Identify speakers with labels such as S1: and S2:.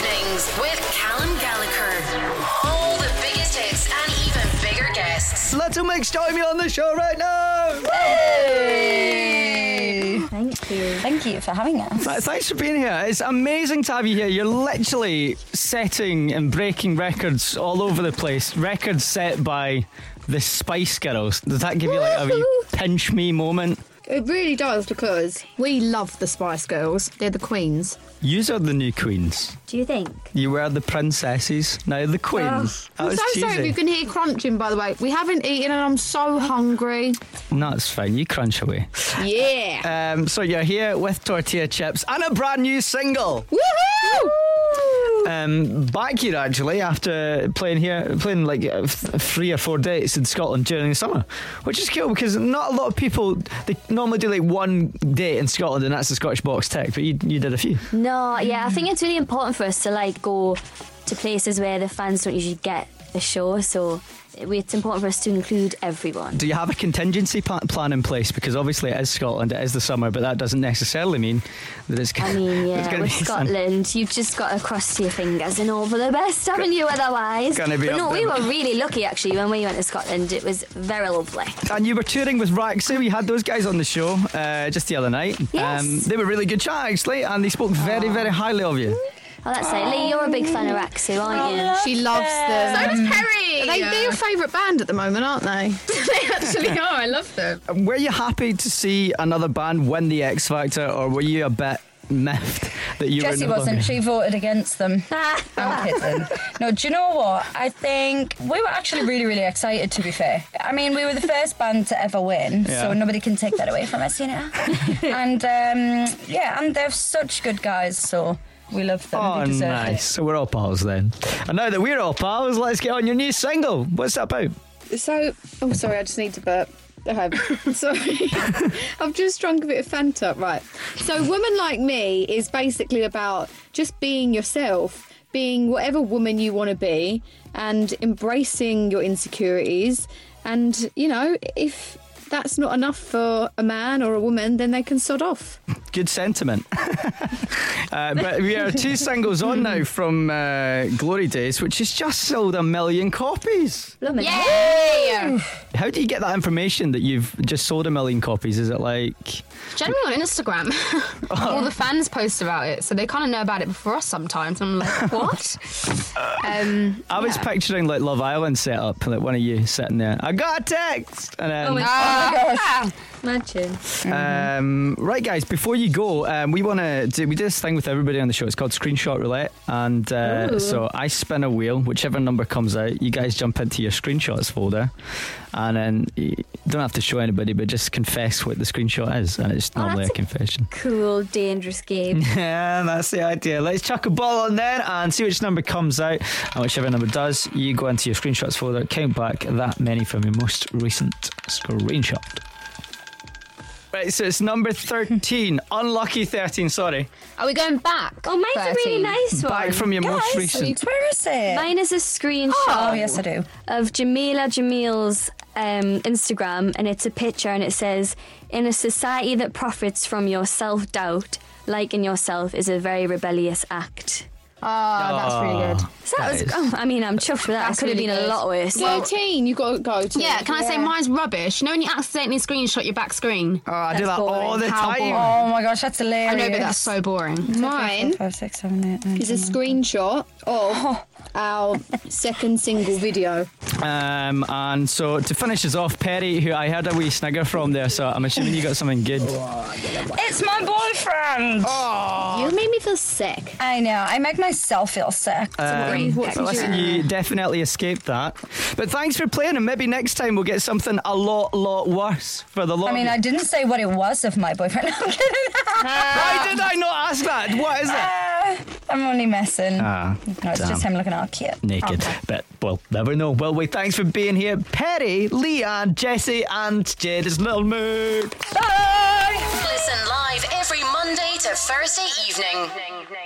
S1: with Callum Gallagher. All the biggest hits and even bigger guests.
S2: Let's make Timey on the show right now.
S3: Thank you. Thank you for having us.
S2: Th- Thanks for being here. It's amazing to have you here. You're literally setting and breaking records all over the place. Records set by the Spice Girls. Does that give you like a wee pinch me moment?
S4: It really does because we love the Spice Girls. They're the queens.
S2: You are the new queens.
S3: Do you think?
S2: You were the princesses. Now the queens. that
S5: Oh,
S4: I'm
S2: was
S4: so
S2: cheesy.
S4: sorry if you can hear crunching, by the way. We haven't eaten and I'm so hungry. Uh,
S2: No, it's fine. You crunch away.
S4: Yeah.
S2: Um, so you're here with tortilla chips and a brand new single.
S4: Woohoo!
S2: um, back here actually after playing here, playing like uh, th- three or four dates in Scotland during the summer, which is cool because not a lot of people they normally do like one date in Scotland and that's the Scottish Box Tech, but you, you did a few.
S3: No, yeah, I think it's really important for us to like go to places where the fans don't usually get a show, so we- it's important for us to include everyone.
S2: Do you have a contingency pla- plan in place? Because obviously it is Scotland, it is the summer, but that doesn't necessarily mean that it's.
S3: I
S2: Gonna,
S3: mean,
S2: it's
S3: yeah,
S2: gonna
S3: with
S2: be sun.
S3: Scotland, you've just got to cross to your fingers and hope for the best, haven't you? Otherwise,
S2: Gonna be
S3: but
S2: up
S3: no, we
S2: there.
S3: were really lucky actually when we went to Scotland. It was very lovely.
S2: And you were touring with Raxi. We had those guys on the show uh, just the other night. Um,
S3: Yes.
S2: they were really good chat actually, and they spoke very, very highly of you.
S3: Oh, that's it. Lee, you're a big fan of Raxu, aren't you?
S4: She loves them.
S5: was Perry.
S4: they, they're your favourite band at the moment, aren't they?
S5: they actually are. I love them.
S2: Were you happy to see another band win the X Factor, or were you a bit miffed that you
S6: Jessie
S2: were no
S6: wasn't.
S2: longer-
S6: She voted against them. I'm kidding. No, do you know what? I think we were actually really, really excited. To be fair, I mean, we were the first band to ever win,
S2: Yeah.
S6: so nobody can take that away from us, you know. and um, yeah, and they're such good guys, so we love them.
S2: Oh,
S6: they deserve
S2: nice. So we're all pals then. And now that we're all pals, let's get on your new single. What's that about?
S4: So, oh, sorry, I just need to burp. Okay, sorry. I've just drunk a bit of Fanta. Right. So, Woman Like Me is basically about just being yourself, being whatever woman you want to be, and embracing your insecurities. And, you know, if that's not enough for a man or a woman, then they can sod off.
S2: Good sentiment. uh, but we are two singles on now from uh, Glory Days, which has just sold a million copies.
S3: Blimey.
S5: Yay!
S2: How do you get that information that you've just sold a million copies? Is it like.
S5: Generally on Instagram, all the fans post about it, so they kind of know about it before us sometimes. And I'm like, what? um,
S2: I was picturing like Love Island set up, like one of you sitting there. I got a text! And then.
S6: Oh,
S5: ah,
S3: Imagine.
S2: Um, right, guys. Before you go, um, we want to do we do this thing with everybody on the show. It's called screenshot roulette, and uh, so I spin a wheel. Whichever number comes out, you guys jump into your screenshots folder, and then you don't have to show anybody, but just confess what the screenshot is, and it's normally a
S3: that's a-
S2: confession.
S3: Cool, dangerous game.
S2: Yeah, that's the idea. Let's chuck a ball on then and see which number comes out. And whichever number does, you go into your screenshots folder, count back that many from your most recent screenshot. Right, so it's number 13. Unlucky 13, sorry.
S5: are we going back?
S3: Oh, mine's a really
S5: 13.
S3: nice one.
S2: Back from your most
S6: Guys,
S2: recent.
S6: Where is it?
S3: Mine is a screenshot
S6: oh yes, I do.
S3: of Jamila Jamil's um, Instagram, and it's a picture, and it says, "In a society that profits from your self-doubt, liking yourself is a very rebellious act."
S4: Ah, that's really good.
S3: So that, was. Oh, I mean, I'm chuffed with that.
S5: That's
S3: I could have
S5: really
S3: been
S5: good.
S3: a lot worse.
S4: 13, you've got to go to.
S5: Yeah, can I say mine's rubbish? You know when you accidentally screenshot your back screen?
S2: Oh, I do
S3: That's
S2: that all
S3: boring.
S2: the
S5: How
S2: time.
S5: boring.
S6: Oh my gosh, that's
S5: I
S6: hilarious.
S5: know, but that's so boring.
S4: Mine
S6: Five, six, seven, eight, nine,
S4: is a
S6: ten.
S4: screenshot of our second single video.
S2: Um, and so to finish us off, Perry, who I heard a wee snigger from there, so I'm assuming you got something good.
S6: It's my boyfriend.
S5: Oh.
S4: You made me feel sick.
S6: I know. I make myself feel sick.
S2: Um, but listen, you definitely escaped that. But thanks for playing, and maybe next time we'll get something a lot, lot worse for the lot.
S6: I
S2: of
S6: mean,
S2: you.
S6: I didn't say what it was of my boyfriend. I'm kidding.
S2: Why did I not ask that? What is it?
S6: I'm only messing.
S2: Ah,
S6: no, it's
S2: damn.
S6: just him looking all cute.
S2: Naked, but we'll never know. Well, we thanks for being here, Perry, Leanne, Jesse, and Jada's little mood.
S6: Bye!
S1: Listen live every Monday to Thursday evening.